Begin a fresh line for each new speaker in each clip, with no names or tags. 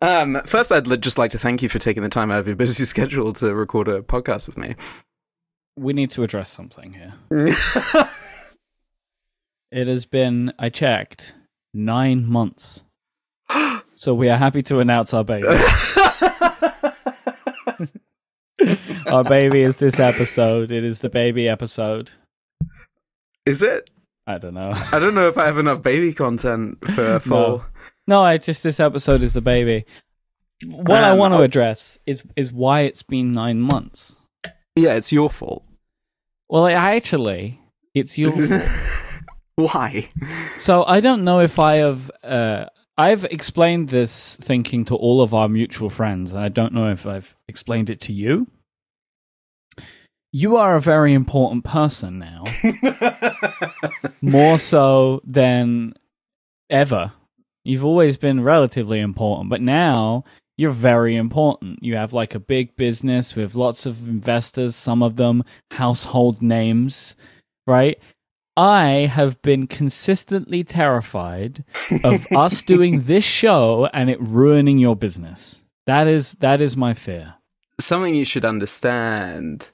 Um, first, I'd li- just like to thank you for taking the time out of your busy schedule to record a podcast with me.
We need to address something here. It has been, I checked, nine months. so we are happy to announce our baby. our baby is this episode. It is the baby episode.
Is it?
I don't know.
I don't know if I have enough baby content for full.
No, I just this episode is the baby. What I
Um,
want to
I-
address is is why it's been nine months.
Yeah, it's your fault.
Well, I- actually, it's your fault.
Why?
So I don't know if I have. Uh, I've explained this thinking to all of our mutual friends, and I don't know if I've explained it to you. You are a very important person now, more so than ever. You've always been relatively important, but now you're very important. You have like a big business with lots of investors, some of them household names, right? I have been consistently terrified of us doing this show and it ruining your business. That is that is my fear.
Something you should understand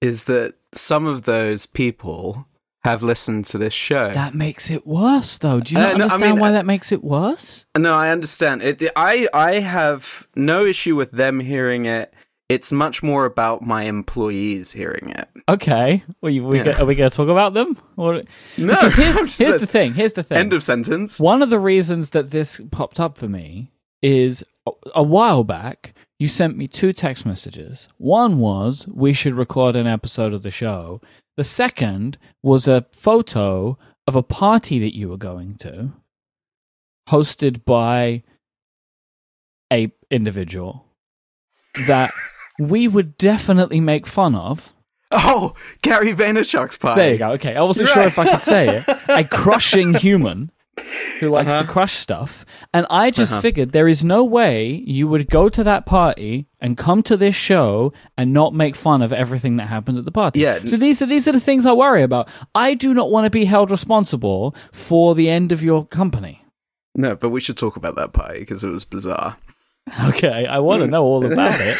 is that some of those people have listened to this show.
That makes it worse though. Do you not
Uh, no, I
understand
mean-
why that makes it worse?
No, I understand. It, I I have no issue with them hearing it. It's much more about my employees hearing it.
Okay. We, we
Yeah.
go- are we going to talk about them? Or,
No,
because
I'm
here's,
just
here's
a-
the thing. Here's the thing.
End of sentence.
One of the reasons that this popped up for me is a- a while back, you sent me two text messages. One was, we should record an episode of the show. The second was a photo of a party that you were going to, hosted by a individual that we would definitely make fun of.
Oh, Gary Vaynerchuk's pie.
There you go. Okay, I wasn't sure if I could say it. A crushing human who likes to
Uh-huh.
crush stuff, and I just figured there is no way you would go to that party and come to this show and not make fun of everything that happened at the party.
Yeah.
So these are these are the things I worry about. I do not want to be held responsible for the end of your company.
No, but we should talk about that pie because it was bizarre.
Okay, I want to know all about it.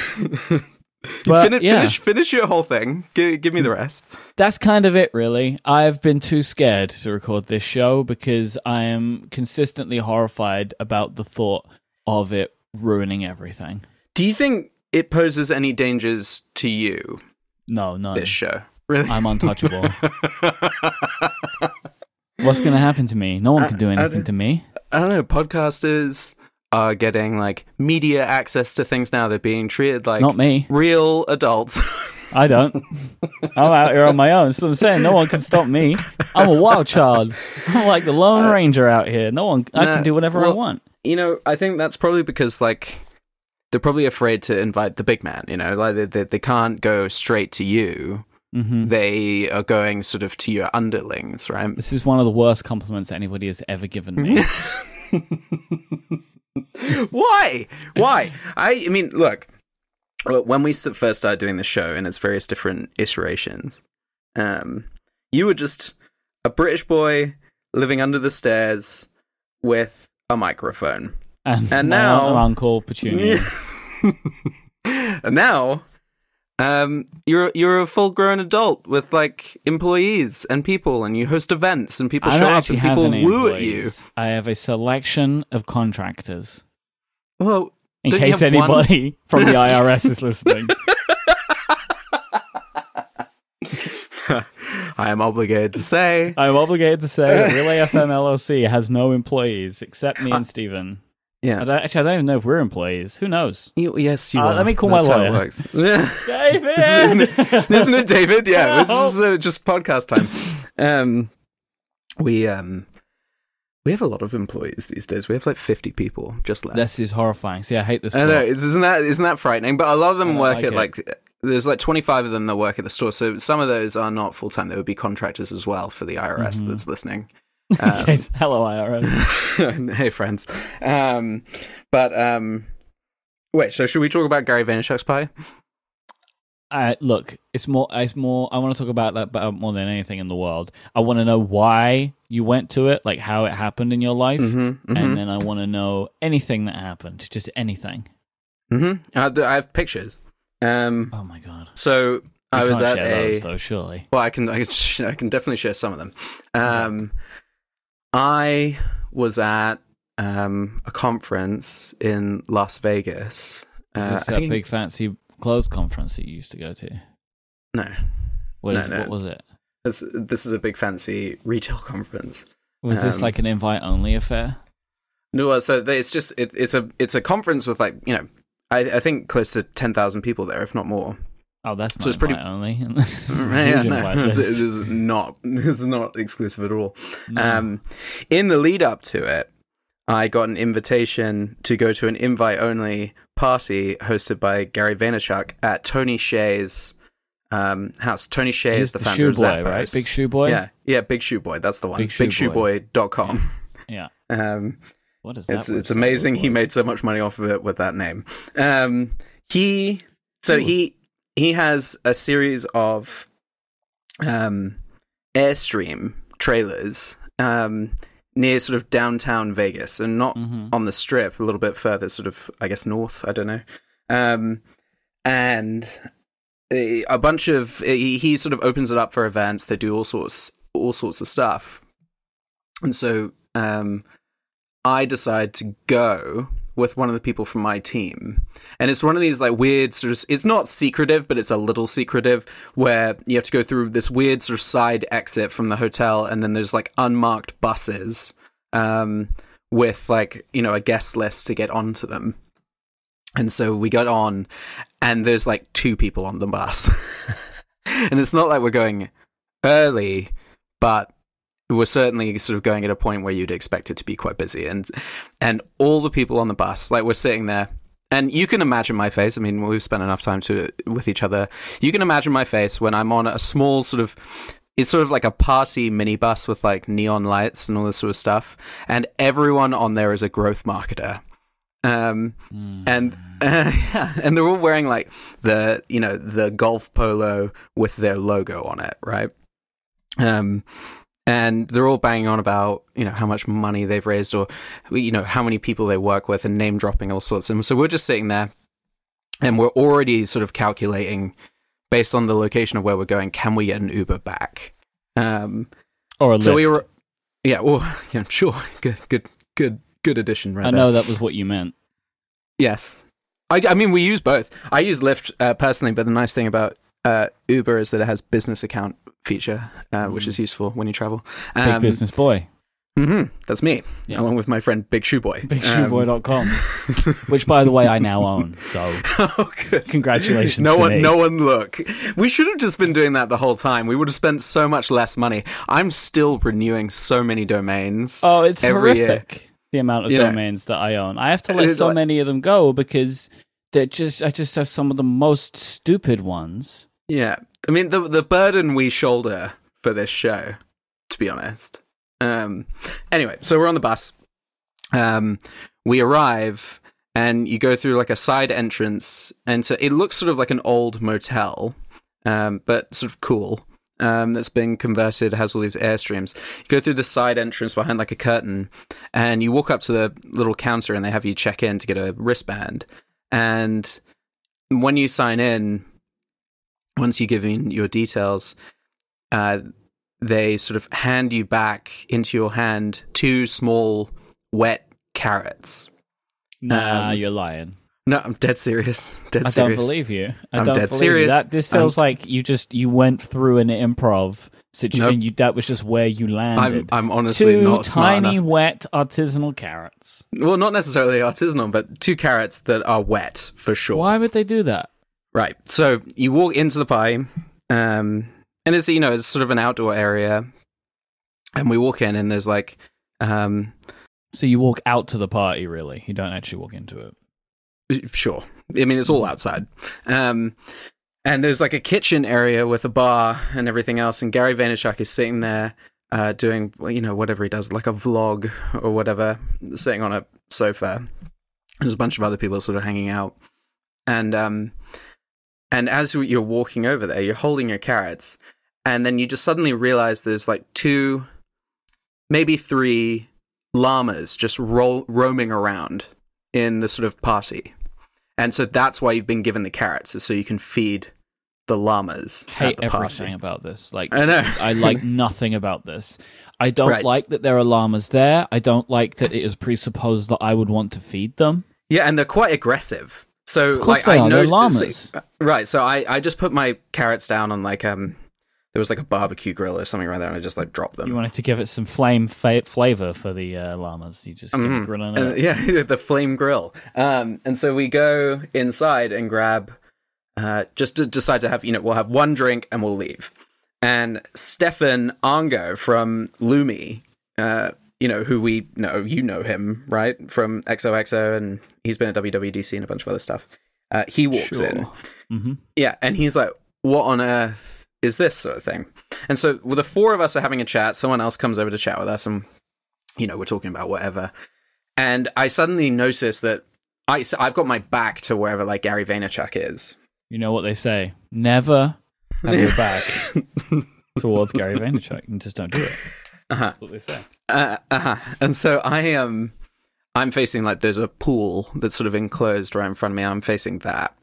But,
Fini-
yeah.
Finish finish your whole thing. Give, give me the rest.
that's kind of it, really. I've been too scared to record this show because I am consistently horrified about the thought of it ruining everything.
Do you think it poses any dangers to you?
No, no.
This show, really?
I'm untouchable. What's going to happen to me? No one can
I-
do
I
anything
don't-
to me.
I don't know. Podcasters are getting like media access to things now. They're being treated like
Not me.
real adults.
I don't. I'm out here on my own. So I'm saying no one can stop me. I'm a wild child. I'm like the Lone Ranger out here. No one. I
no,
can do whatever I
Uh, well-
want.
you know, I think that's probably because like they're probably afraid to invite the big man. You know, like they they, they can't go straight to you.
hmm
They are going sort of to your underlings, right?
This is one of the worst compliments that anybody has ever given me.
Why? Why? I, I mean, look, look, when we s- first started doing the show in its various different iterations, um, you were just a British boy living under the stairs with a microphone.
And,
And
my
now-
aunt and uncle Petunia.
and now, um, you're you're a full grown adult with like employees and people, and you host events, and people
I
show
don't
up,
actually
and
have
people
any
woo
employees. I have a selection of contractors.
at you. Well,
In
Don't you
case
have one?
anybody from the IRS is listening,
I am obligated to say.
I'm obligated to say that Relay FM LLC has no employees except me and
Uh,
Stephen. I
Yeah.
don't, actually, I don't even know if we're employees. Who knows?
You- yes, you
Uh,
are.
let me call my
That's
lawyer.
How it works. Yeah. isn't,
David.
it, isn't it, David? Yeah, it's
No.
just, uh, just podcast time. Um, we um, we have a lot of employees these days. We have like fifty people just left.
This is horrifying. See, I hate this.
I know.
slot.
It's, isn't that isn't that frightening? But a lot of
I
them
don't
work
like
at
it.
like there's like 25 of them that work at the store. So some of those are not full time. They would be contractors as well for the IRS
Mm-hmm.
that's listening. Um,
Okay, hello IRS.
hey friends. Um, but um, wait. So should we talk about Gary Vaynerchuk's pie?
I, look, it's more. It's more. I want to talk about that about more than anything in the world. I want to know why you went to it, like how it happened in your life,
Mm-hmm,
and then I want to know anything that happened, just anything.
mm-hmm. Uh, th- I have pictures. Um,
Oh my god!
so I
You
was
can't
at
share
a.
those though, surely.
Well, I can, I can, sh- I can definitely share some of them. Um, I was at um, a conference in Las Vegas.
Is
Uh,
this
I
that
think-
big fancy clothes conference that you used to go to?
No,
What,
No,
is,
no.
what was it?
this, this is a big fancy retail conference.
Was this
Um,
like an invite only affair?
No, well, so they- it's just it, it's a it's a conference with like you know, I, I think close to ten thousand people there, if not more.
Oh, that's not
So it's pretty-
invite only. It's a
Yeah,
huge
no,
invite
it
list.
is not it's not exclusive at all.
No.
Um, in the lead up to it, I got an invitation to go to an invite only party hosted by Gary Vaynerchuk at Tony Shea's um, house. Tony Shea
He's
is the,
the
founder
shoe
of
boy,
Zappos.
right? Big shoe boy.
Yeah, yeah, Big Shoe Boy. That's the one.
Big Shoe Boy.
BigShoeBoy.com.
yeah.
Um,
What is that?
it's it's
website
amazing
look
he
like?
made so much money off of it with that name. Um, he so
Ooh.
he he has a series of um, airstream trailers um, near sort of downtown Vegas, and not
Mhm.
on the strip, a little bit further, sort of I guess north. I don't know. Um, and a a bunch of he, he sort of opens it up for events. They do all sorts all sorts of stuff, and so um, I decide to go with one of the people from my team. And it's one of these like weird sort of it's not secretive, but it's a little secretive where you have to go through this weird sort of side exit from the hotel and then there's like unmarked buses um with like, you know, a guest list to get onto them. And so we got on and there's like two people on the bus. and it's not like we're going early, but we're certainly sort of going at a point where you'd expect it to be quite busy and and all the people on the bus like we're sitting there and you can imagine my face i mean we've spent enough time to with each other you can imagine my face when i'm on a small sort of it's sort of like a party minibus with like neon lights and all this sort of stuff and everyone on there is a growth marketer um
Mm.
and yeah, and they're all wearing like the you know the golf polo with their logo on it, right? Um, and they're all banging on about you know how much money they've raised or you know how many people they work with and name dropping all sorts. And so we're just sitting there, and we're already sort of calculating based on the location of where we're going, can we get an Uber back? Um,
or a
so we
Lyft.
were, yeah, well, yeah, sure, good, good, good, good addition, right
I
there.
know that was what you meant.
Yes. I, I mean, we use both. I use Lyft uh, personally, but the nice thing about uh, Uber is that it has business account feature, uh, which is useful when you travel.
Mm. Big
Um,
business boy.
mhm, that's me,
Yeah.
along with my friend Big Shoe Boy. Um,
BigShoeBoy.com, which, by the way, I now own. So
oh, good.
congratulations.
No
to
one,
me.
no one. Look, we should have just been doing that the whole time. We would have spent so much less money. I'm still renewing so many domains.
Oh, it's
every year.
horrific. The amount of
You know.
domains that I own. I have to let
It's
so
like-
many of them go because they're just. I just have some of the most stupid ones.
Yeah, I mean the the burden we shoulder for this show, to be honest. Um, anyway, so we're on the bus. Um, we arrive, and you go through like a side entrance, and so it looks sort of like an old motel, um, but sort of cool. Um, that's been converted, has all these airstreams. You go through the side entrance behind like a curtain, and you walk up to the little counter, and they have you check in to get a wristband. And when you sign in, once you give in your details, uh, they sort of hand you back into your hand two small wet carrots.
Nah,
Um,
you're lying.
No, I'm dead serious. Dead
I
serious.
don't believe you. I
I'm
don't
dead
believe
serious.
You. That this
I'm-
feels like you just you went through an improv situation.
Nope.
You that was just where you
I'm
landed.
I'm honestly
Two
not smart
tiny
enough.
wet artisanal carrots.
Well, not necessarily artisanal, but two carrots that are wet for sure.
Why would they do that?
Right. So you walk into the pie, um, and it's you know it's sort of an outdoor area, and we walk in and there's like, um,
So you walk out to the party, really. You don't actually walk into it.
sure. I mean, it's all outside. Um, and there's like a kitchen area with a bar and everything else. And Gary Vaynerchuk is sitting there uh, doing, well, you know, whatever he does, like a vlog or whatever, sitting on a sofa. There's a bunch of other people sort of hanging out. And um, and as you- you're walking over there, you're holding your carrots, and then you just suddenly realize there's like two, maybe three llamas just roll, roaming around in the sort of party, and so that's why you've been given the carrots, is so you can feed the llamas
hate
at the
everything
party.
about this. Like
I know.
I like nothing about this. I don't
Right.
like that there are llamas there. I don't like that it is presupposed that I would want to feed them.
Yeah, and they're quite aggressive. So,
course
like,
they
I
are,
know
they're llamas.
so- right? So I, I just put my carrots down on like um, there was like a barbecue grill or something right there, and I just like dropped them.
You wanted to give it some flame fa- flavor for the uh, llamas. You just give it granada.
Mm-hmm. And- yeah, the flame grill. Um, and so we go inside and grab. Uh, just to decide to have you know we'll have one drink and we'll leave. And Stefan Ango from Lumi, uh, you know who we know, you know him right from XOXO, and he's been at WWDC and a bunch of other stuff. Uh, he walks in.
hmm
Yeah, and he's like, "What on earth is this sort of thing?" And so well, the four of us are having a chat. Someone else comes over to chat with us, and you know we're talking about whatever. And I suddenly notice that I so I've got my back to wherever like Gary Vaynerchuk is.
You know what they say: never have your back towards Gary Vaynerchuk, and just don't do it.
Uh-huh.
That's what they say.
Uh, uh-huh. And so I Um, I'm facing like there's a pool that's sort of enclosed right in front of me. I'm facing that,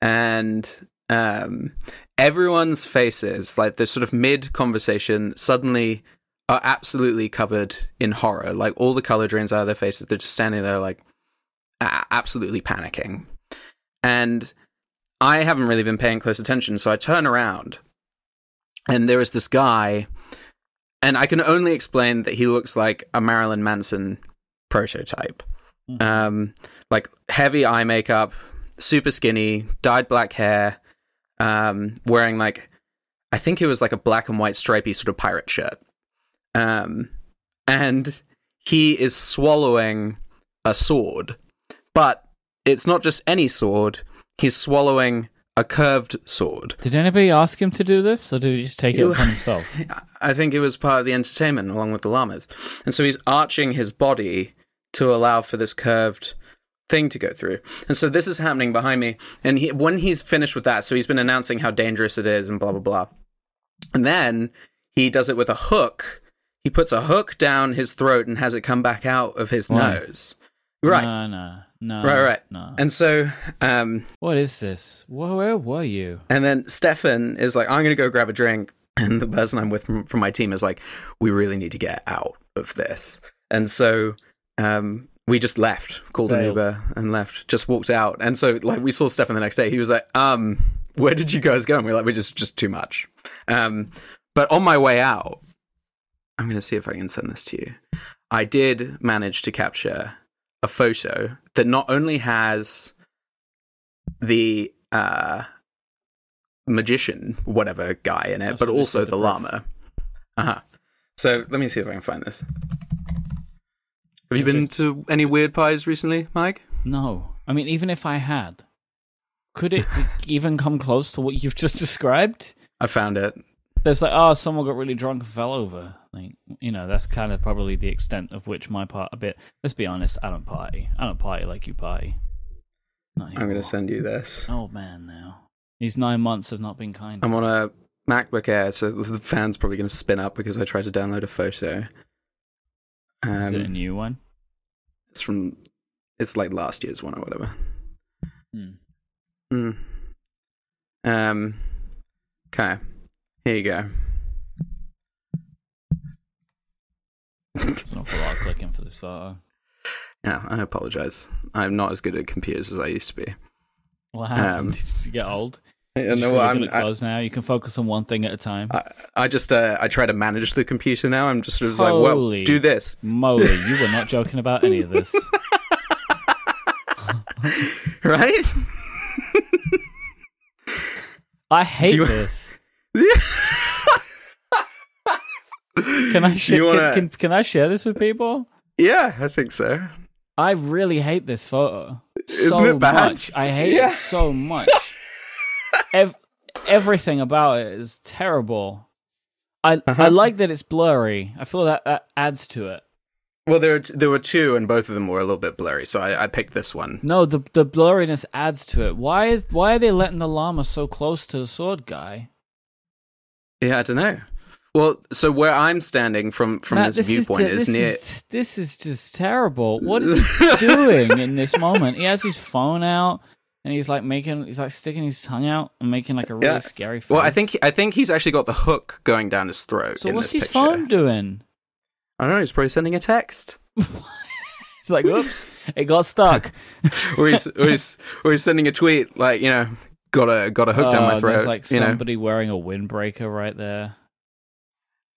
and um, everyone's faces, like the sort of mid conversation, suddenly are absolutely covered in horror. Like all the color drains out of their faces. They're just standing there, like a- absolutely panicking. And I haven't really been paying close attention, so I turn around, and there is this guy, and I can only explain that he looks like a Marilyn Manson prototype. Um, like heavy eye makeup, super skinny, dyed black hair, um, wearing like I think it was like a black and white stripy sort of pirate shirt. Um, and he is swallowing a sword, but it's not just any sword. He's swallowing a curved sword.
Did anybody ask him to do this, or did he just take it
You-
upon himself?
I think it was part of the entertainment along with the llamas. And so he's arching his body to allow for this curved thing to go through. And so this is happening behind me. And he, when he's finished with that, so he's been announcing how dangerous it is and blah, blah, blah. And then he does it with a hook. He puts a hook down his throat and has it come back out of his
Why?
nose. Right.
No, no, no.
right, right.
No.
And so um,
What is this? Where, where were you?
And then Stefan is like, I'm going to go grab a drink. And the person I'm with from, from my team is like, we really need to get out of this. And so um, we just left, called an
Failed.
Uber and left, just walked out. And so like we saw Stefan the next day. He was like, um, where did you guys go? And we are like, we're just, just too much. Um, but on my way out, I'm going to see if I can send this to you. I did manage to capture a photo that not only has the uh, magician, whatever guy in it,
Oh,
but
so this
also
is
the,
the proof.
llama. Uh huh. So let me see if I can find this. Have you
Is
been
this-
to any weird pies recently, Mike?
No. I mean, even if I had, could it even come close to what you've just described?
I found it.
There's like, oh, someone got really drunk and fell over. Like, you know, that's kind of probably the extent of which my part a bit. Let's be honest, I don't party. I don't party like you party. Not
I'm going
anymore.
to send you this.
An old man now. These nine months have not been kind.
I'm on a MacBook Air, so the fan's probably going to spin up because I tried to download a photo.
is it a
Um,
new one?
it's from, it's like last year's one or whatever.
Hmm.
Mm. Um. Okay. Here you go.
It's an awful lot of clicking for this photo.
Yeah, I apologize. I'm not as good at computers as I used to be.
What
um,
happened? Did you get old?
I
You
don't know
just
what
really good
I'm.
at
I,
clothes now. You can focus on one thing at a time.
I, I just uh, I try to manage the computer now. I'm just sort of like,
Holy-
well, do this.
Moly, you were not joking about any of this.
right?
I hate
you-
this. Can I share?
you wanna-
Can, can, can I share this with people?
yeah, I think so.
I really hate this photo.
Isn't
so
it bad?
much. I hate
Yeah.
it so much. Ev- everything about it is
Uh-huh.
terrible. I I like that it's blurry. I feel that that adds to it.
Well, there were t- there were two, and both of them were a little bit blurry, so I, I picked this one.
No, the the blurriness adds to it. Why is why are they letting the llama so close to the sword guy?
Yeah, I don't know. Well, so where I'm standing from from
Matt,
this, viewpoint
is,
is,
this
near.
Is, this is just terrible. What is he doing in this moment? He has his phone out and he's like making he's like sticking his tongue out and making like a really
Yeah.
scary face.
Well, I think I think he's actually got the hook going down his throat.
So
in
what's
this
his
picture.
phone doing?
I don't know. He's probably sending a text,
It's like, oops, it got stuck.
or he's or he's or he's sending a tweet like you know got a got a hook down
Oh,
my
and There's
throat.
like
you know.
somebody wearing a windbreaker right there.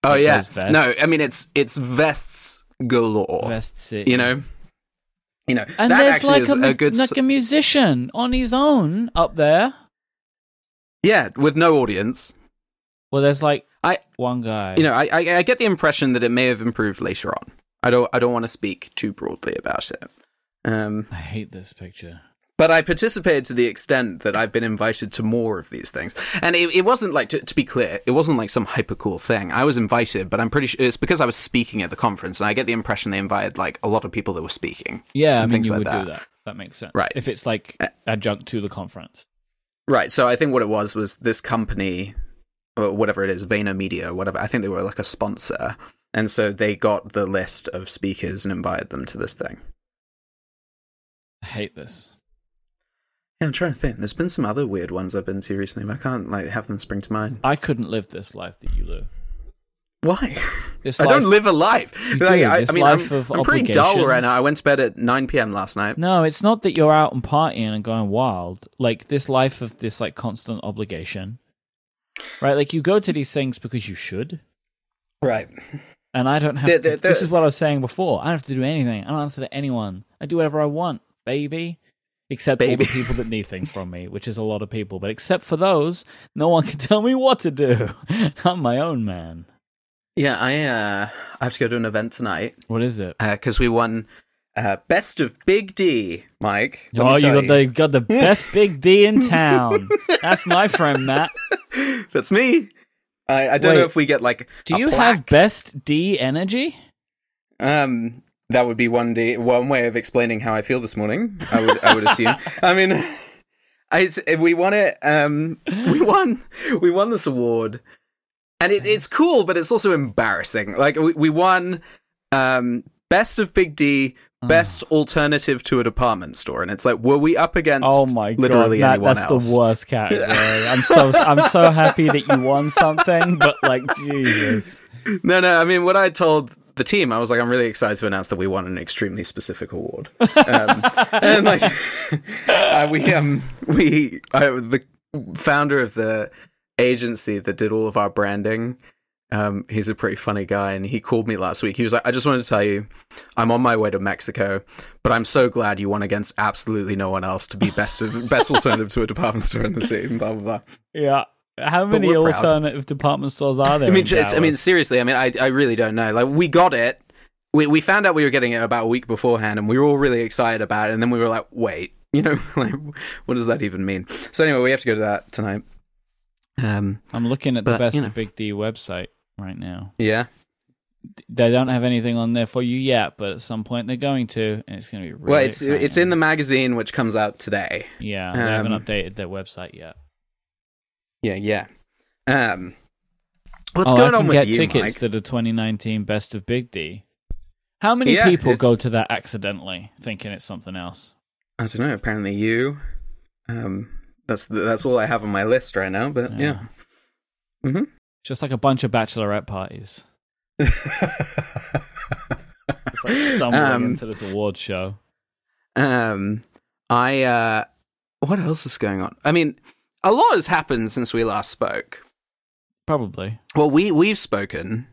Oh
with
yeah.
those
No,
vests.
I mean it's it's vests galore.
Vest City.
You know. You know
and
that
there's
actually
like
is
a, mu-
a good s-
like a musician on his own up there.
yeah with no audience.
Well, there's like
I-
one guy.
you know, I, I I get the impression that it may have improved later on. I don't I don't want to speak too broadly about it. Um,
I hate this picture.
but I participated to the extent that I've been invited to more of these things, and it, it wasn't like to, to be clear, it wasn't like some hyper cool thing. I was invited, but I'm pretty sure it's because I was speaking at the conference, and I get the impression they invited like a lot of people that were speaking.
Yeah, I mean,
things
you
like
would
that.
do that. That makes sense,
Right. Eh.
If it's like adjunct to the conference,
Right. So I think what it was was this company, or whatever it is, VaynerMedia, or whatever. I think they were like a sponsor, and so they got the list of speakers and invited them to this thing.
I hate this.
Yeah, I'm trying to think. There's been some other weird ones I've been to recently, but I can't like have them spring to mind.
I couldn't live this life that you live.
Why?
This
I
life,
don't live a life.
do.
I,
This
I mean,
life
I'm,
of
I'm pretty dull right
obligations.
now. I went to bed at 9 p.m. last night.
No, it's not that you're out and partying and going wild. Like this life of this like constant obligation, right? Like you go to these things because you should,
Right.
and I don't have.
There-
to,
there- there-
this is what I was saying before. I don't have to do anything. I don't answer to anyone. I do whatever I want, baby. Except all
Baby.
the people that need things from me, which is a lot of people. But except for those, no one can tell me what to do. I'm my own man.
Yeah, I uh, I have to go to an event tonight
What is it?
because we won uh, Best of Big D, Mike. Let me
oh, you
tell
got the got the best big D in town. That's my friend Matt.
That's me. I, I don't
Wait.
know if we get like.
Do
a
you have
plaque.
best D energy?
Um, that would be one day, one way of explaining how I feel this morning. I would, I would assume. I mean, I, it's- we won it. Um, we won. We won this award, and it, it's cool, but it's also embarrassing. Like we, we won, um, best of Big D, best
Ah.
alternative to a department store, and it's like, were we up against?
Oh my
literally
god, Matt,
anyone
that's
else?
the worst category. I'm so I'm so happy that you won something, but like Jesus.
No, no. I mean, what I told the team, I was like, I'm really excited to announce that we won an extremely specific award. Um, and like, uh, we um we I, the founder of the agency that did all of our branding. Um, he's a pretty funny guy, and he called me last week. He was like, "I just wanted to tell you, I'm on my way to Mexico, but I'm so glad you won against absolutely no one else to be best of, best alternative to a department store in the city." And blah blah blah.
Yeah. How many
we're proud.
alternative department stores are there?
I mean,
in
it's, I mean,
Dallas?
seriously. I mean, I, I really don't know. Like, we got it. We we found out we were getting it about a week beforehand, and we were all really excited about it. And then we were like, wait, you know, like, what does that even mean? So anyway, we have to go to that tonight. Um.
I'm looking at the
but,
best
you know.
of Big D website right now.
Yeah.
They don't have anything on there for you yet, but at some point they're going to, and it's going to be really
Well, it's
exciting.
it's in the magazine which comes out today.
yeah. they haven't
um,
updated their website yet.
Yeah. Yeah. Um. What's
oh,
going
I can
on with
get
you,
tickets
Mike?
to the 2019 Best of Big D. How many
Yeah,
people
it's-
go to that accidentally, thinking it's something else?
I don't know. Apparently, you. Um. That's the, that's all I have on my list right now. But yeah. Mhm.
Just like a bunch of bachelorette parties. It's like stumbling
Um,
into this award show.
Um, I uh, what else is going on? I mean, a lot has happened since we last spoke.
Probably.
Well, we we've spoken,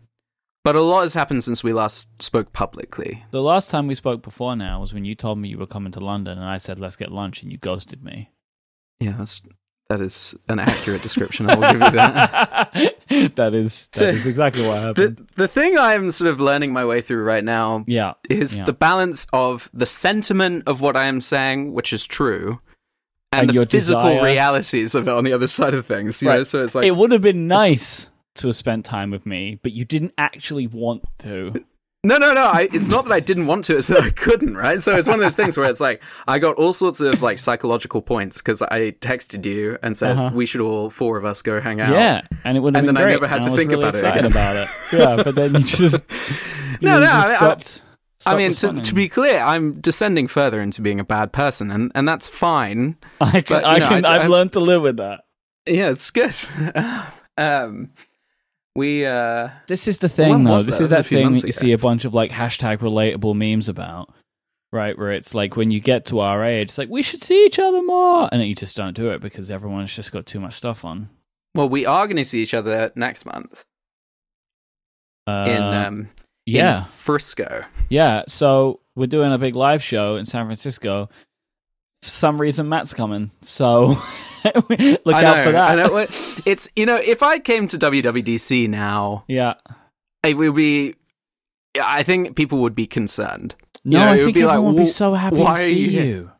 but a lot has happened since we last spoke publicly.
The last time we spoke before now was when you told me you were coming to London and I said, let's get lunch, and you ghosted me.
Yeah, that's, that is an accurate description. I will give you that.
that is that
So-
is exactly what happened.
The the thing I'm sort of learning my way through right now
yeah.
is
Yeah.
the balance of the sentiment of what I am saying, which is true, and,
And your
the physical
desire.
realities of it on the other side of things. You know,
Right.
so it's like
it would have been nice to have spent time with me, but you didn't actually want to.
No, no, no. I, it's not that I didn't want to; it's that I couldn't. Right. So it's one of those things where it's like I got all sorts of like psychological points because I texted you and said
Uh-huh.
we should all four of us go hang out.
Yeah, and it would have
And
been
then I
great.
never had
and
to
was
think
really
about it
excited
again.
about it. Yeah, but then you just you
No, no,
just
I- I-
stopped.
I
stopped
mean, to, to
responding.
be clear, I'm descending further into being a bad person, and, and that's fine.
I can,
but, you
I
know,
can,
I-
I,
I-
have learned to live with that.
Yeah, it's good. um, we uh,
This is the
When
thing, though.
was
This
that?
is
That was a
that
few
thing
months
that you
ago.
see a bunch of like hashtag relatable memes about, right? Where it's like when you get to our age, it's like we should see each other more, and then you just don't do it because everyone's just got too much stuff on.
well, we are going to see each other next month
Uh,
in um,
yeah,
in Frisco.
yeah. So we're doing a big live show in San Francisco. For some reason, Matt's coming, so look
I
out
know,
for that.
I know. Well, It's you know, if I came to WWDC now,
Yeah.
it would be. I think people would be concerned.
No,
know,
I
it would
think
be like,
everyone would be
"Wh-
so happy to
why are you
see
here?"
you.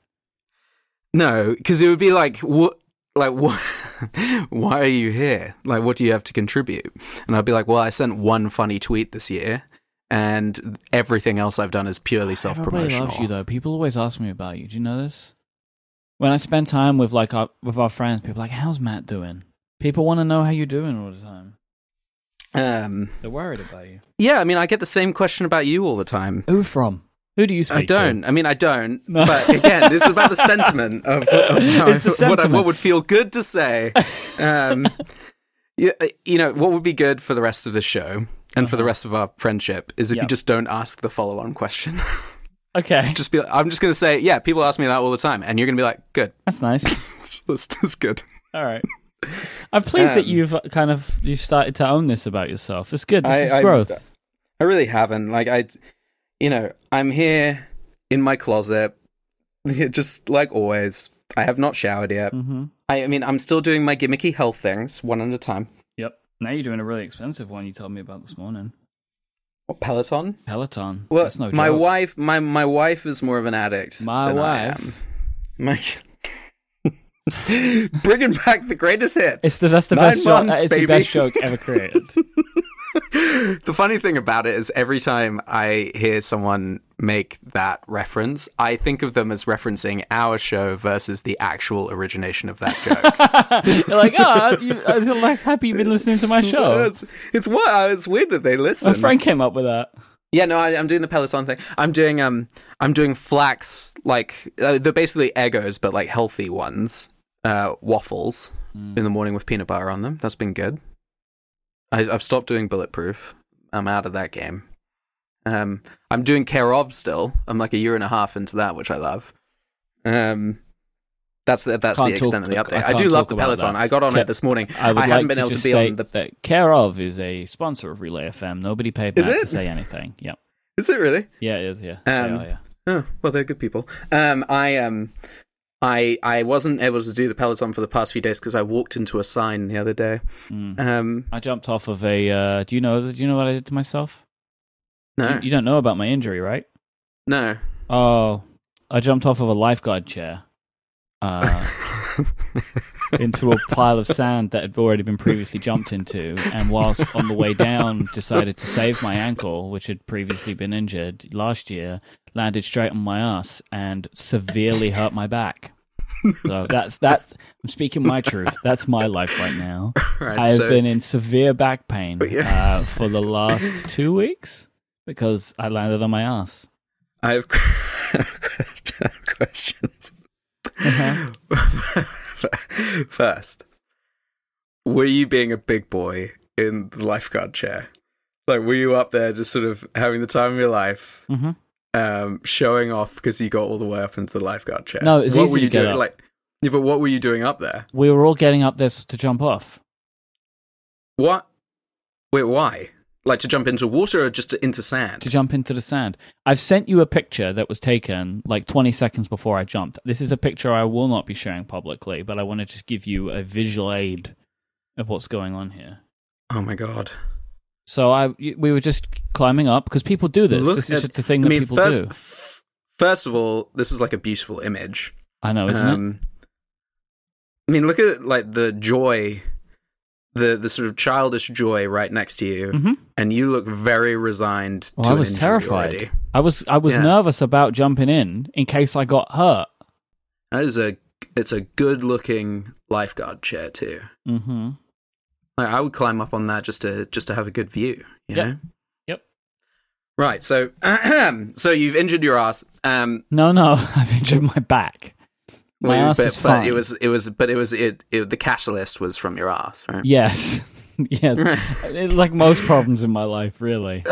No, because it would be like what. Like what? Why are you here? Like, what do you have to contribute? And I'd be like, well, I sent one funny tweet this year, and everything else I've done is purely
Everybody
self-promotional.
loves you though. People always ask me about you. Do you know this? When I spend time with like our, with our friends, people are like, "How's Matt doing?" People want to know how you're doing all the time.
Um,
They're worried about you.
yeah, I mean, I get the same question about you all the time.
Who from? Who do you speak
I don't. I mean, I don't.
No.
But again, this is about the sentiment of, of how
It's
I-
the
What, I, what
sentiment.
would feel good to say. Um, you, uh, you know, what would be good for the rest of the show and for the
Uh-huh.
rest of our friendship is if you
Yep.
just don't ask the follow-on question.
to? Okay,
just be. Like, I'm just going to say, yeah, people ask me that all the time, and you're going to be like, good,
that's nice.
that's, that's good.
All right. I'm pleased that
Um,
you've uh, kind of you have started to own this about yourself. It's good. This
I-
is
I-
growth.
I really haven't. Like I, you know, I'm here in my closet, just like always. I have not showered yet.
mm-hmm.
I, I mean, I'm still doing my gimmicky health things one at a time.
Yep. Now you're doing a really expensive one. You told me about this morning.
What, Peloton.
Peloton.
Well,
that's no
my
joke.
wife, my my wife is more of an addict.
My
than I
wife.
am. My bringing back the greatest hits.
It's the, that's the
Nine
best joke.
months,
That is
baby.
the best joke ever created.
the funny thing about it is every time I hear someone make that reference, I think of them as referencing our show versus the actual origination of that joke.
You're like, oh, you, I'm like happy you've been listening to my
So
show.
it's it's what uh, it's weird that they listen.
My friend came up with that.
Yeah, no, I, I'm doing the Peloton thing. I'm doing um, I'm doing flax like uh, they're basically egos, but like healthy ones. Uh, waffles
Hmm.
in the morning with peanut butter on them. That's been good. I, I've stopped doing bulletproof. I'm out of that game. Um, I'm doing care of still. I'm like a year and a half into that, which I love. Um, that's the, that's
Can't
the
talk-
extent of the update.
I
I, do
can't
love
talk
the
about
Peloton.
that.
I got on
Ca-
it this morning.
I would
I haven't
like
been
to
able to
just
be
state
on the.
that Care of is a sponsor of Relay FM. Nobody paid Matt
Is
to
it?
say anything. Yep.
Is it really?
Yeah, it is. Yeah.
Um,
yeah, yeah.
Oh, well, they're good people. Um, I um, I I wasn't able to do the Peloton for the past few days because I walked into a sign the other day.
Mm.
Um,
I jumped off of a. Uh, do you know? Do you know what I did to myself?
no,
You, you don't know about my injury, right?
no.
Oh, I jumped off of a lifeguard chair uh, into a pile of sand that had already been previously jumped into, and whilst on the way down, decided to save my ankle, which had previously been injured last year, landed straight on my ass and severely hurt my back. So that's that's. I'm speaking my truth. That's my life right now.
Right,
I have
so-
been in severe back pain
Yeah.
uh, for the last two weeks because I landed on my ass.
I have I have questions.
Uh-huh.
First, were you being a big boy in the lifeguard chair? Like, were you up there just sort of having the time of your life,
Mm-hmm.
um, showing off because you got all the way up into the lifeguard chair?
No, it's
what
easy
were
to
you
get
doing?
up.
Like, yeah, but what were you doing up there?
we were all getting up there to jump off.
What? Wait, why? Like to jump into water or just to, into sand?
to jump into the sand. I've sent you a picture that was taken like 20 seconds before I jumped. This is a picture I will not be sharing publicly, but I want to just give you a visual aid of what's going on here.
oh my god!
So I we were just climbing up because people do this.
Look
this
at-
is just the thing
I
that
mean,
people
first,
do.
f- first of all, this is like a beautiful image.
Oh,
um,
I know, isn't it?
I mean, look at like the joy the the sort of childish joy right next to you, and you look very resigned.
Mm-hmm. Well,
to
I
an
was
injury
terrified.
already.
I was I was
Yeah.
nervous about jumping in in case I got hurt.
That is a it's a good looking lifeguard chair too.
Mm-hmm.
Like, I would climb up on that just to just to have a good view. You
Yep.
know.
Yep.
Right. So so you've injured your ass. Um.
No, no, I've injured my back. My
well,
ass
but,
is
but
fine.
it was it was but it was it, it the catalyst was from your ass, right?
Yes, yes. It- like most problems in my life, really.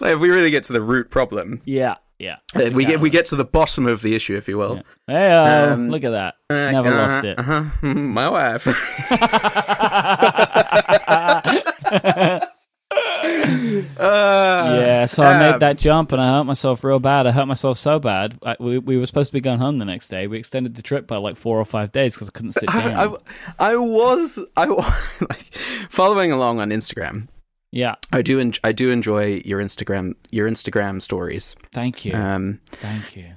Like, if we really get to the root problem,
Yeah, yeah.
uh, we get we get to the bottom of the issue, if you will.
Hey,
Um,
look at that.
Uh,
Never
uh,
lost it.
uh-huh, mhm, My wife. Uh,
yeah, so I
um,
made that jump and I hurt myself real bad. I hurt myself so bad. I, we, we were supposed to be going home the next day. We extended the trip by like four or five days because I couldn't sit down.
Uh, I, I, I was I wa- like following along on Instagram.
yeah,
I do en- I do enjoy your Instagram your Instagram stories.
thank you,
Um,
thank you.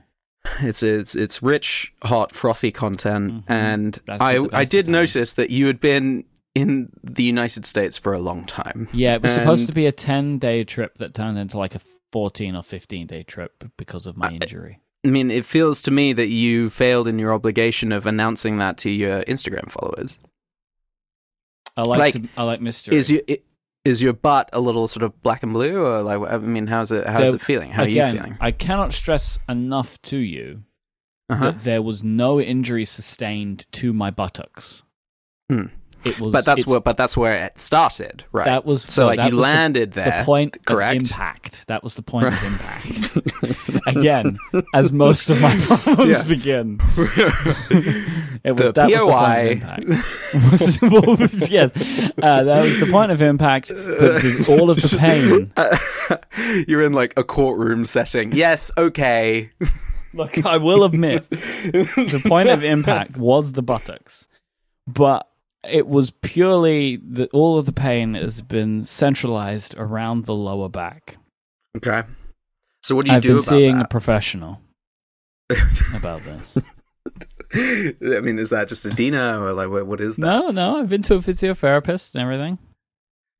it's it's it's rich, hot, frothy content, and
Mm-hmm. That's
I
the best
I did
it is.
notice that you had been in the United States for a long time.
Yeah, it was supposed
And-
to be a ten day trip that turned into like a fourteen or fifteen day trip because of my injury.
I mean, it feels to me that you failed in your obligation of announcing that to your Instagram followers.
I like,
like,
to, I like mystery.
Is your i- is your butt a little sort of black and blue, or like what- I mean, how's it how's
There-
it feeling? How are
Again,
you feeling?
I cannot stress enough to you
Uh-huh.
that there was no injury sustained to my buttocks.
Hmm.
It was,
But that's
it's-
what but that's where it started, right?
that was.
so
no,
like
that
you
was the-
landed
the,
there.
point
correct?
of impact. That was the point of impact. Again, as most of my problems
Yeah.
begin, it
The
was that
POI.
was the point of impact. Was- yes, uh, that was the point of impact. But the- all of the pain.
uh, You're in like a courtroom setting. Yes, okay.
Look, I will admit, the point of impact was the buttocks, but it was purely the all of the pain has been centralized around the lower back.
Okay. So what do you
I've
do
been
about
seeing a
that?
professional about this.
I mean, is that just a Dino or like what, what is that?
No, no, I've been to a physiotherapist and everything.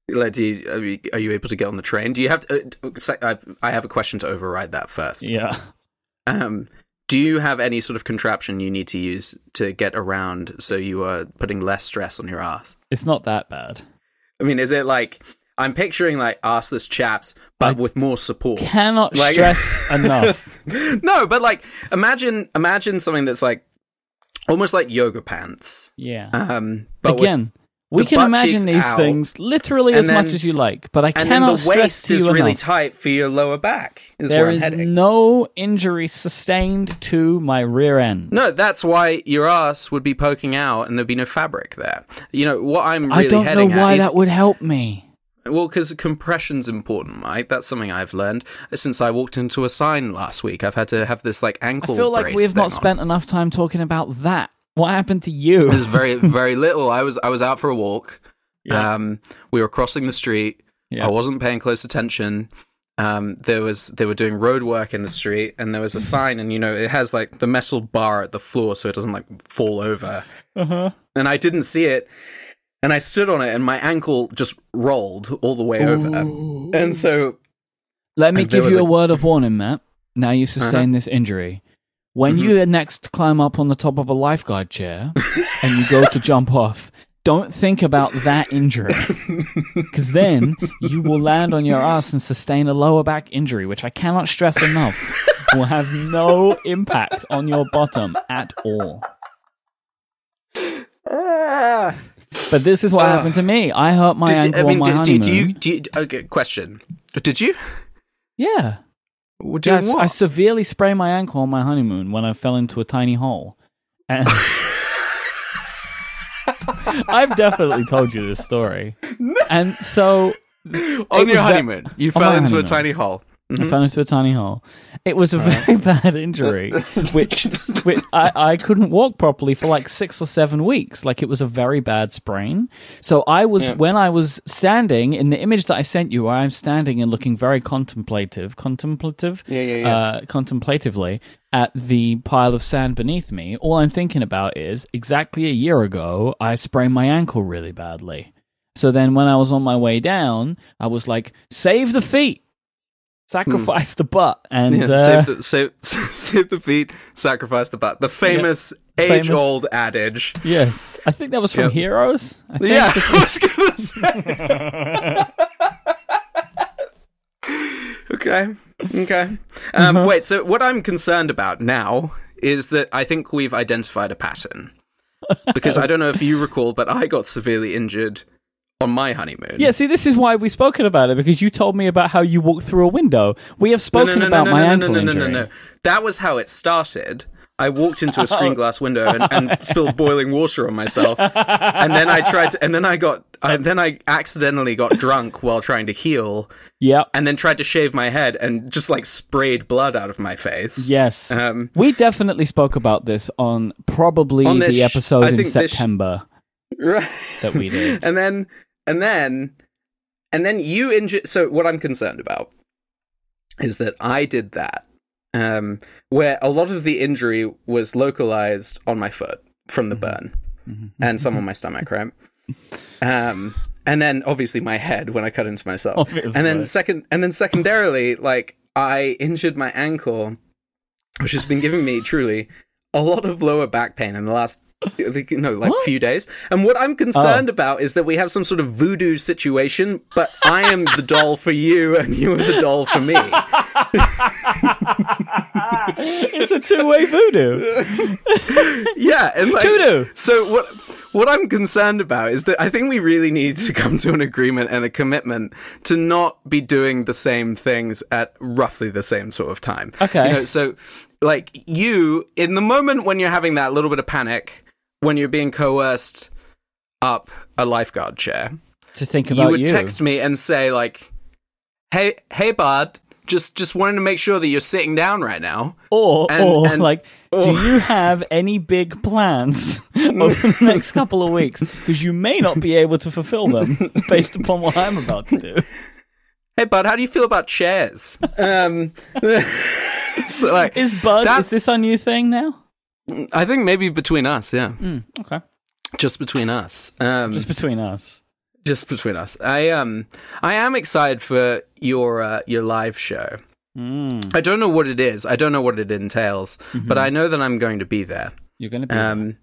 Like, do you, are you are you able to get on the train? Do you have to? Uh, sec- I I have a question to override that first.
Yeah.
Um, do you have any sort of contraption you need to use to get around so you are putting less stress on your ass?
It's not that bad.
I mean, is it like I'm picturing like assless chaps, but with more support?
Cannot
Like-
stress enough.
no, but like imagine imagine something that's like almost like yoga pants.
Yeah.
Um, but with-
Again, we
the
can
butt
imagine
cheeks
these
out,
things literally
and
as much
then-
as you like, but I
and then
cannot
the
stress
waist
to
is
you
really
enough.
tight for your lower back. Is
there
where I'm
is
heading.
no injury sustained to my rear end.
No, that's why your ass would be poking out and there'd be no fabric there. You know, what I'm really
I don't know
heading
why
at is,
that would help me.
well, because compression's important, right? That's something I've learned since I walked into a sign last week. I've had to have this like ankle
I feel like
brace
we have not
thing on.
spent enough time talking about that. What happened to you?
It was very, very little. I was, I was out for a walk. Um, we were crossing the street.
Yeah.
I wasn't paying close attention. Um, there was, they were doing road work in the street, and there was a sign, and you know, it has like the metal bar at the floor, so it doesn't like fall over.
Uh-huh.
and I didn't see it. And I stood on it, and my ankle just rolled all the way over. And so,
Let me
And there
give
was
you a,
a- Uh-huh.
word of warning, Matt. Now you sustain this injury. When
Mm-hmm.
you next climb up on the top of a lifeguard chair and you go to jump off, don't think about that injury. Because then you will land on your ass and sustain a lower back injury, which I cannot stress enough will have no impact on your bottom at all. But this is what happened to me. I hurt Ah. my
Uh, did you,
ankle
I mean,
on my
did, did you?
honeymoon.
Do you? Okay, question. Did you?
Yeah.
Doing
Yeah, I s- I
what?
severely sprained my ankle on my honeymoon when I fell into a tiny hole. And I've definitely told you this story. And so
on
was
your
ve-
honeymoon, you
on my
fell into a
honeymoon.
tiny hole.
I fell into a tiny hole. It was a very bad injury, which, which I, I couldn't walk properly for like six or seven weeks. Like it was a very bad sprain. So I was
Yeah.
when I was standing in the image that I sent you, I'm standing and looking very contemplative, contemplative,
Yeah, yeah, yeah.
Uh, contemplatively at the pile of sand beneath me. All I'm thinking about is exactly a year ago, I sprained my ankle really badly. So then when I was on my way down, I was like, save the feet, sacrifice the butt. And
Yeah,
uh,
save, the, save, save the feet, sacrifice the butt. The famous
Famous-
age-old adage.
yes, I think that was from
Yep.
Heroes. I think.
Yeah, I was gonna say. okay, okay. Um,
Uh-huh.
Wait, so what I'm concerned about now is that I think we've identified a pattern. Because I don't know if you recall, but I got severely injured on my honeymoon.
Yeah, see, this is why we've spoken about it because you told me about how you walked through a window. We have spoken about my ankle injury.
That was how it started. I walked into a
Oh.
screen glass window and, and spilled boiling water on myself, and then I tried to, and then I got, I, then I accidentally got drunk while trying to heal,
Yep.
and then tried to shave my head and just like sprayed blood out of my face.
Yes.
Um,
we definitely spoke about this on probably
On this
the
sh-
episode
I
in
think this sh-
September
right.
that we did.
and then, and then, and then you injured. So what I'm concerned about is that I did that, um, where a lot of the injury was localized on my foot from the burn. and some on my stomach, right? Um, and then obviously my head when I cut into myself,
Obviously.
and then second, and then secondarily, like I injured my ankle, which has been giving me truly a lot of lower back pain in the last. No, like few days, and what I'm concerned about is that we have some sort of voodoo situation. But I am the doll for you, and you are the doll for me.
it's a two-way voodoo.
Yeah, and like,
Toodoo.
So what? What I'm concerned about is that I think we really need to come to an agreement and a commitment to not be doing the same things at roughly the same sort of time.
Okay.
You know, so, like you, in the moment when you're having that little bit of panic, when you're being coerced up a lifeguard chair,
To think
you
about
would
you.
text me and say like, "Hey, hey, bud, just just wanted to make sure that you're sitting down right now."
or,
and-
or
and- oh.
like, do you have any big plans over the next couple of weeks? Because you may not be able to fulfill them based upon what I'm about to do.
hey bud how do you feel about chairs um so like
Is Bud,
That's-
is this our new thing now? Hmm,
i think maybe between us yeah
Okay.
just between us um
Just
just,
between us.
between us i um i am excited for your uh, your live show
Mm,
i don't know what it is i don't know what it entails but
Mm-hmm.
i know that i'm going to be there
you're going to be.
um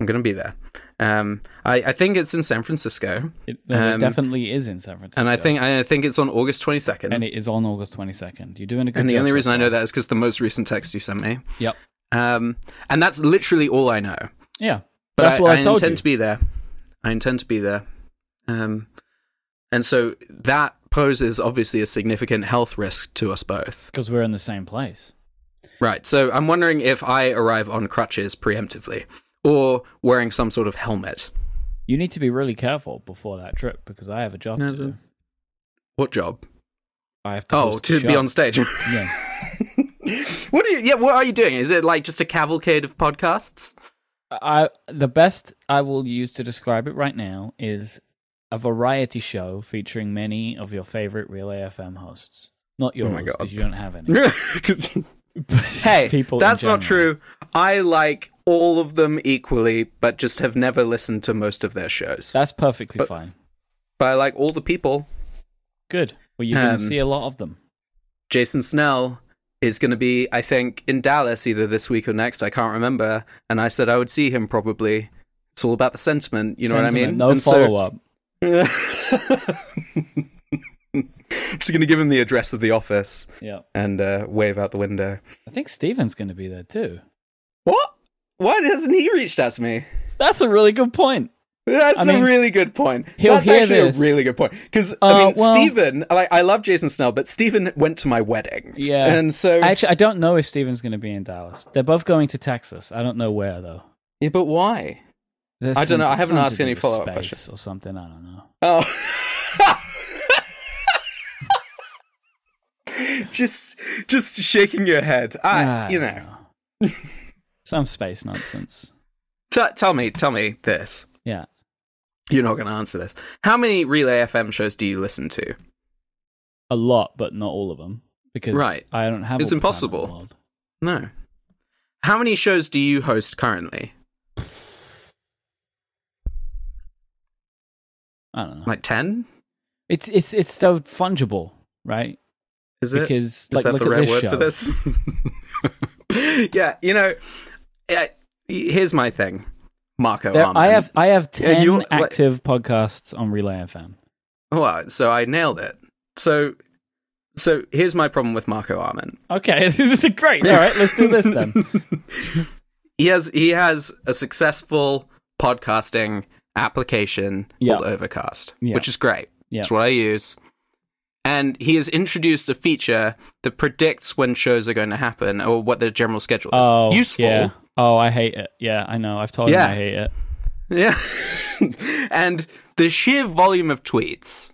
i'm going to be there um i i think it's in san francisco
it, no,
um,
it definitely is in San Francisco.
and i think i think it's on august 22nd
and it is on August 22nd. You're doing a good
and the
job
only
so
reason i
far.
know that is because the most recent text you sent me
Yep.
um and that's literally all i know
Yeah.
But
That's
I,
what I,
I
told
intend
you.
to be there. I intend to be there. Um, and so that poses obviously a significant health risk to us both.
Because we're in the same place.
Right. So I'm wondering if I arrive on crutches preemptively or wearing some sort of helmet.
You need to be really careful before that trip because I have a job
No,
to
so-
do.
What job?
I have to
Oh,
host
to
the
be
show.
on stage.
Yeah.
what are you? Yeah. What are you doing? Is it like just a cavalcade of podcasts?
I the best I will use to describe it right now is a variety show featuring many of your favorite Relay FM hosts. Not yours
Oh my God.
because you don't have any.
'Cause- hey,
people in
that's not
general.
true. I like all of them equally, but just have never listened to most of their shows.
That's perfectly
But-
fine.
But I like all the people.
Good. Well, you're going
Um,
to see a lot of them.
Jason Snell is going to be, I think, in Dallas either this week or next. I can't remember. And I said I would see him probably. It's all about the sentiment. You know
Sentiment,
what I
No
mean?
follow up.
I'm just going to give him the address of the office
Yeah.
and uh, wave out the window.
I think Steven's going to be there too.
What? Why hasn't he reached out to me?
That's a really good point.
That's
I mean,
a really good point.
he'll
That's
hear
actually
this.
a really good point because
Uh,
I mean,
well-
Stephen. Like, I love Jason Snell, but Stephen went to my wedding.
Yeah.
and so
Actually, I don't know if Steven's going to be in Dallas. They're both going to Texas. I don't know where though.
yeah, but why?
There's
I don't know. I
something-
haven't asked
something to do
any
with
follow-up
space
questions.
or something.
Oh.
I don't know.
Oh. just just shaking your head. I,
Ah,
you know,
some space nonsense.
t- tell me, tell me this.
Yeah.
You're not going to answer this. How many Relay FM shows do you listen to?
A lot, but not all of them because
Right.
I don't have
It's
all the time in the
impossible.
world.
No. How many shows do you host currently?
I don't know.
Like ten?
It's it's it's so fungible, right?
Is it?
because
Is
like
that
look
the
at
right
this
word for
show.
this? yeah, you know, yeah, here's my thing, Marco.
There-
Arman.
I have I have
Oh, Yeah,
ten
you- like-
active podcasts on Relay FM.
Wow, so I nailed it. So, so here's my problem with Marco Arman.
Okay, this is great. All right, let's do this then.
He has he has a successful podcasting application
Yeah.
called Overcast,
Yeah.
which is great.
Yeah.
It's what I use. And he has introduced a feature that predicts when shows are going to happen or what their general schedule is.
Oh,
Useful.
Yeah. Oh, I hate it. Yeah, I know. I've told
Yeah.
him I hate it.
Yeah. and the sheer volume of tweets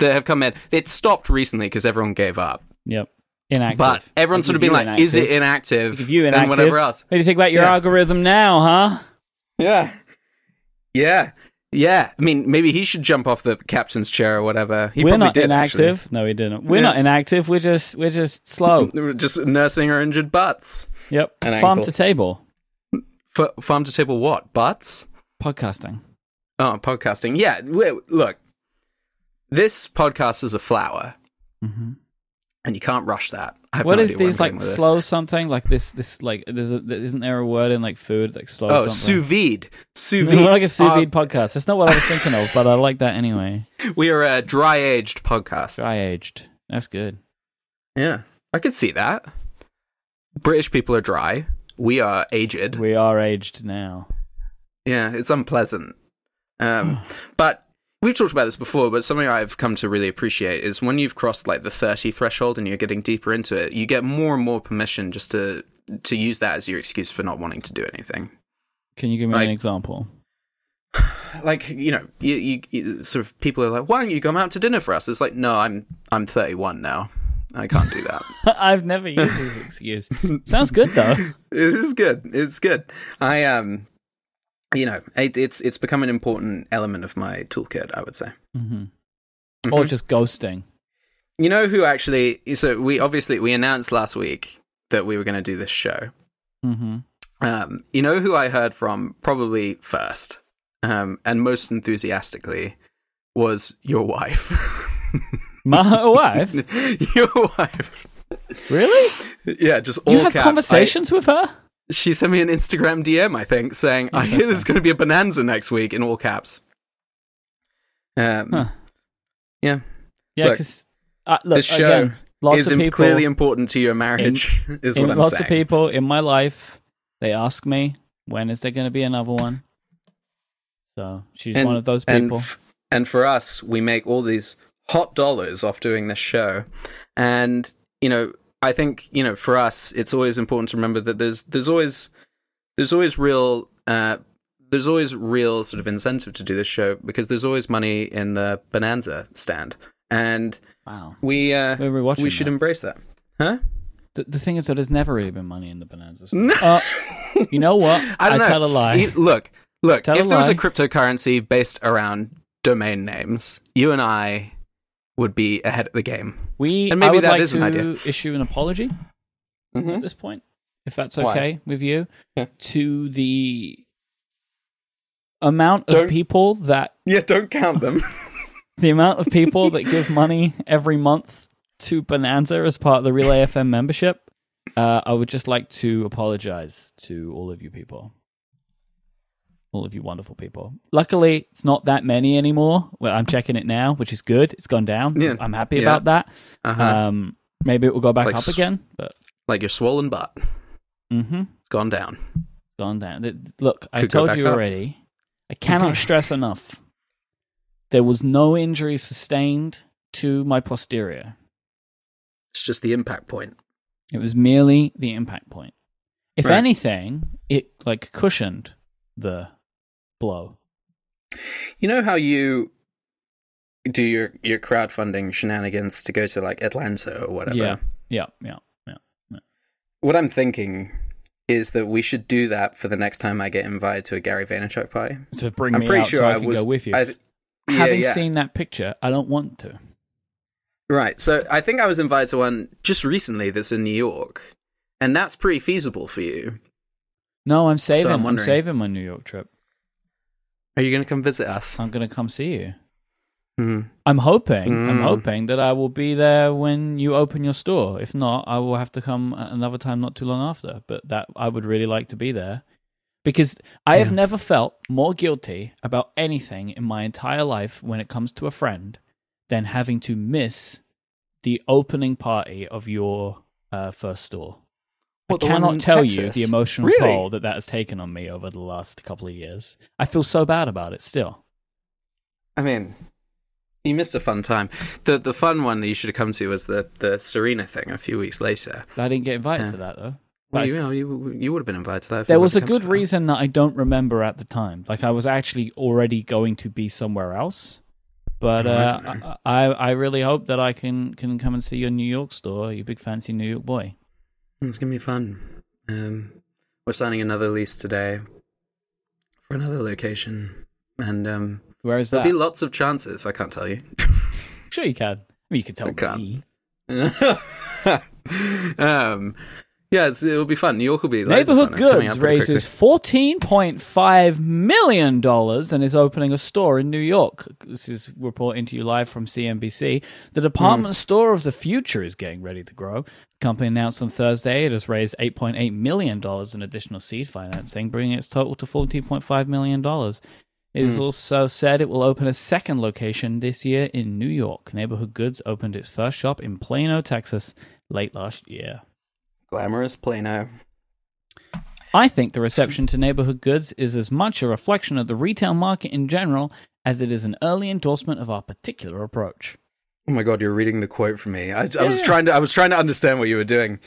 that have come in, it stopped recently because everyone gave up.
Yep. Inactive.
But everyone's
They
sort of
give
been
you
like, is it
inactive.
inactive?
They give you
And
inactive?
whatever else.
What do you think about your
Yeah.
algorithm now, huh?
Yeah. Yeah. Yeah. I mean, maybe he should jump off the captain's chair or whatever. He
we're
probably
not
did, actually.
inactive. No, we didn't. We're
Yeah.
not inactive. We're just we're just slow.
They were Just nursing our injured butts.
yep.
And
Farm to
ankles.
table
F- farm to table what? Butts?
podcasting.
Oh, podcasting. Yeah. we- Look, this podcast is a flower. And you can't rush that. I have
What
no
is
idea where I'm
these like
going with this.
slow something like this? This like there's a, there- isn't there a word in like food like slow?
Oh, sous
something?
vide. Sous
We're
vide. Uh,
like a sous
Our-
vide podcast. That's not what I was thinking of, but I like that anyway.
Um, we are a dry aged podcast.
Dry aged. That's good.
Yeah. I could see that. British people are dry. We are aged.
We are aged now.
Yeah, it's unpleasant. Um, but we've talked about this before, but something I've come to really appreciate is when you've crossed like the 30 threshold and you're getting deeper into it, you get more and more permission just to to use that as your excuse for not wanting to do anything.
Can you give me
Like-
an example?
Like, you know, you, you, you sort of people are like, "Why don't you come out to dinner for us?" It's like, "No, I'm I'm 31 now. I can't do that."
I've never used this excuse. Sounds good though.
it is good. It's good. I um, you know, it, it's it's become an important element of my toolkit. I would say.
hmm
Mm-hmm.
Or just ghosting.
You know who actually? So we obviously we announced last week that we were going to do this show.
Mm-hmm.
Um, you know who I heard from probably first, um, and most enthusiastically was your wife.
My wife?
your wife.
Really?
Yeah, just all
You have
caps. I-
conversations with her?
she sent me an Instagram DM, I think, saying, I hear there's going to be a bonanza next week in all caps. Um,
Huh.
Yeah.
Yeah,
Look,
because uh, look
this show
again. Lots
is
of
im-
people.
clearly important to your marriage, is
in-
what I'm
lots
saying.
of people in my life, they ask me when is there going to be another one. So she's
And-
one of those
and
people.
f- and for us, we make all these hot dollars off doing this show. And, you know, I think, you know, for us, it's always important to remember that there's there's always there's always real uh, there's always real sort of incentive to do this show because there's always money in the bonanza stand. And
wow.
we uh,
We're rewatching.
we should
that.
embrace that. Huh?
The, the thing is that there's never really been money in the bonanza. stuff. Uh, you know what?
I don't know.
tell a lie.
You- look, look.
Tell
if
a
there was a
lie.
cryptocurrency based around domain names, you and I would be ahead of the game.
we
and
I
maybe
would
that
like
is
to
an
issue an apology
Mhm.
at this point, if that's
Why?
okay with you,
Yeah.
to the amount of
Don't-
people that
Yeah, don't count them.
the amount of people that give money every month to Bonanza as part of the Relay FM membership, uh, I would just like to apologize to all of you people. All of you wonderful people. Luckily, it's not that many anymore. Well, I'm checking it now, which is good. It's gone down.
Yeah.
I'm happy
Yeah.
about that.
uh-huh.
Um, maybe it will go back
Like
up
s-
again, but
like your swollen butt, it's
mm-hmm, it's
gone down.
gone down. Th- Look, I
Could go
told
back
you
up.
already. I cannot stress enough. There was no injury sustained to my posterior.
It's just the impact point.
It was merely the impact point. If
Right.
anything, it like cushioned the blow.
You know how you do your your crowdfunding shenanigans to go to like Atlanta or whatever.
Yeah. Yeah, yeah, yeah.
What I'm thinking is that we should do that for the next time I get invited to a Gary Vaynerchuk party.
So bring
I'm
me
pretty
out
sure
so I,
I
can
was-
go with you.
I th- Yeah,
Having
yeah.
seen that picture, I don't want to.
Right. So I think I was invited to one just recently that's in New York, and that's pretty feasible for you.
No, I'm saving.
I'm
I'm,
wondering.
saving my New York trip.
Are you going to come visit us?
I'm gonna come see you.
Hmm.
I'm hoping. I'm
Mm.
hoping that I will be there when you open your store. If not, I will have to come at another time, not too long after. But that I would really like to be there because I have never felt more guilty about anything in my entire life when it comes to a friend than having to miss the opening party of your uh, first store.
What,
I
the one
cannot
in
tell you
Texas?
the emotional
Really?
toll that that has taken on me over the last couple of years. I feel so bad about it still.
I mean, you missed a fun time. The the fun one that you should have come to was the the Serena thing a few weeks later.
I didn't get invited
Yeah.
to that though. But I
Well, you, know, you you would have been invited to that. if
There
we
was a
would've come
good
to that.
reason that I don't remember at the time. Like I was actually already going to be somewhere else, but uh,
I don't
I I really hope that I can can come and see your New York store. You big fancy New York boy.
Hmm, It's gonna be fun. Um, we're signing another lease today for another location, and um,
Where is
there'll
that?
be lots of chances. I can't tell you.
sure, you can. I mean, you can tell
I can't.
me.
um, yeah, it's, it'll be fun. New York will be loads of fun.
Neighborhood
It's coming
Goods
up pretty
raises fourteen point five million dollars and is opening a store in New York. This is reporting to you live from CNBC. The
Hmm.
department store of the future is getting ready to grow. The company announced on Thursday it has raised eight point eight million dollars in additional seed financing, bringing its total to fourteen point five million dollars. It
Hmm.
is also said it will open a second location this year in New York. Neighborhood Goods opened its first shop in Plano, Texas, late last year.
Glamorous Plano.
I think the reception to neighborhood goods is as much a reflection of the retail market in general as it is an early endorsement of our particular approach.
Oh my god, you're reading the quote from me. I, I was
yeah.
trying to I was trying to understand what you were doing.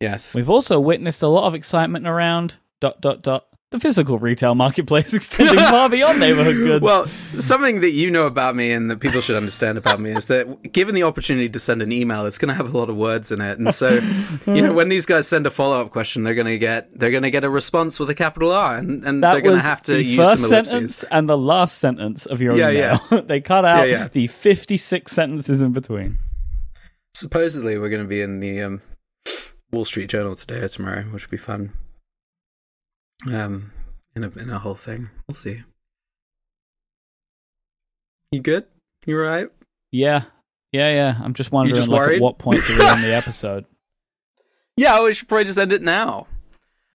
Yes.
We've also witnessed a lot of excitement around dot dot dot the physical retail marketplace extending far beyond neighborhood goods.
Well, something that you know about me and that people should understand about me is that given the opportunity to send an email, it's going to have a lot of words in it. And so, you know, when these guys send a follow-up question, they're going to get they're going to get a response with a capital R and, and they're
that
going to
was
have to
the
use
first
some ellipses.
sentence and the last sentence of your
Yeah,
email. they cut out
yeah.
the fifty-six sentences in between.
Supposedly, we're going to be in the um, Wall Street Journal today or tomorrow, which would be fun. Um, in a in a whole thing, we'll see. You good? You all right?
Yeah, yeah, yeah. I'm just wondering,
just
like, at
worried?
what point do we end the episode?
Yeah, we should probably just end it now.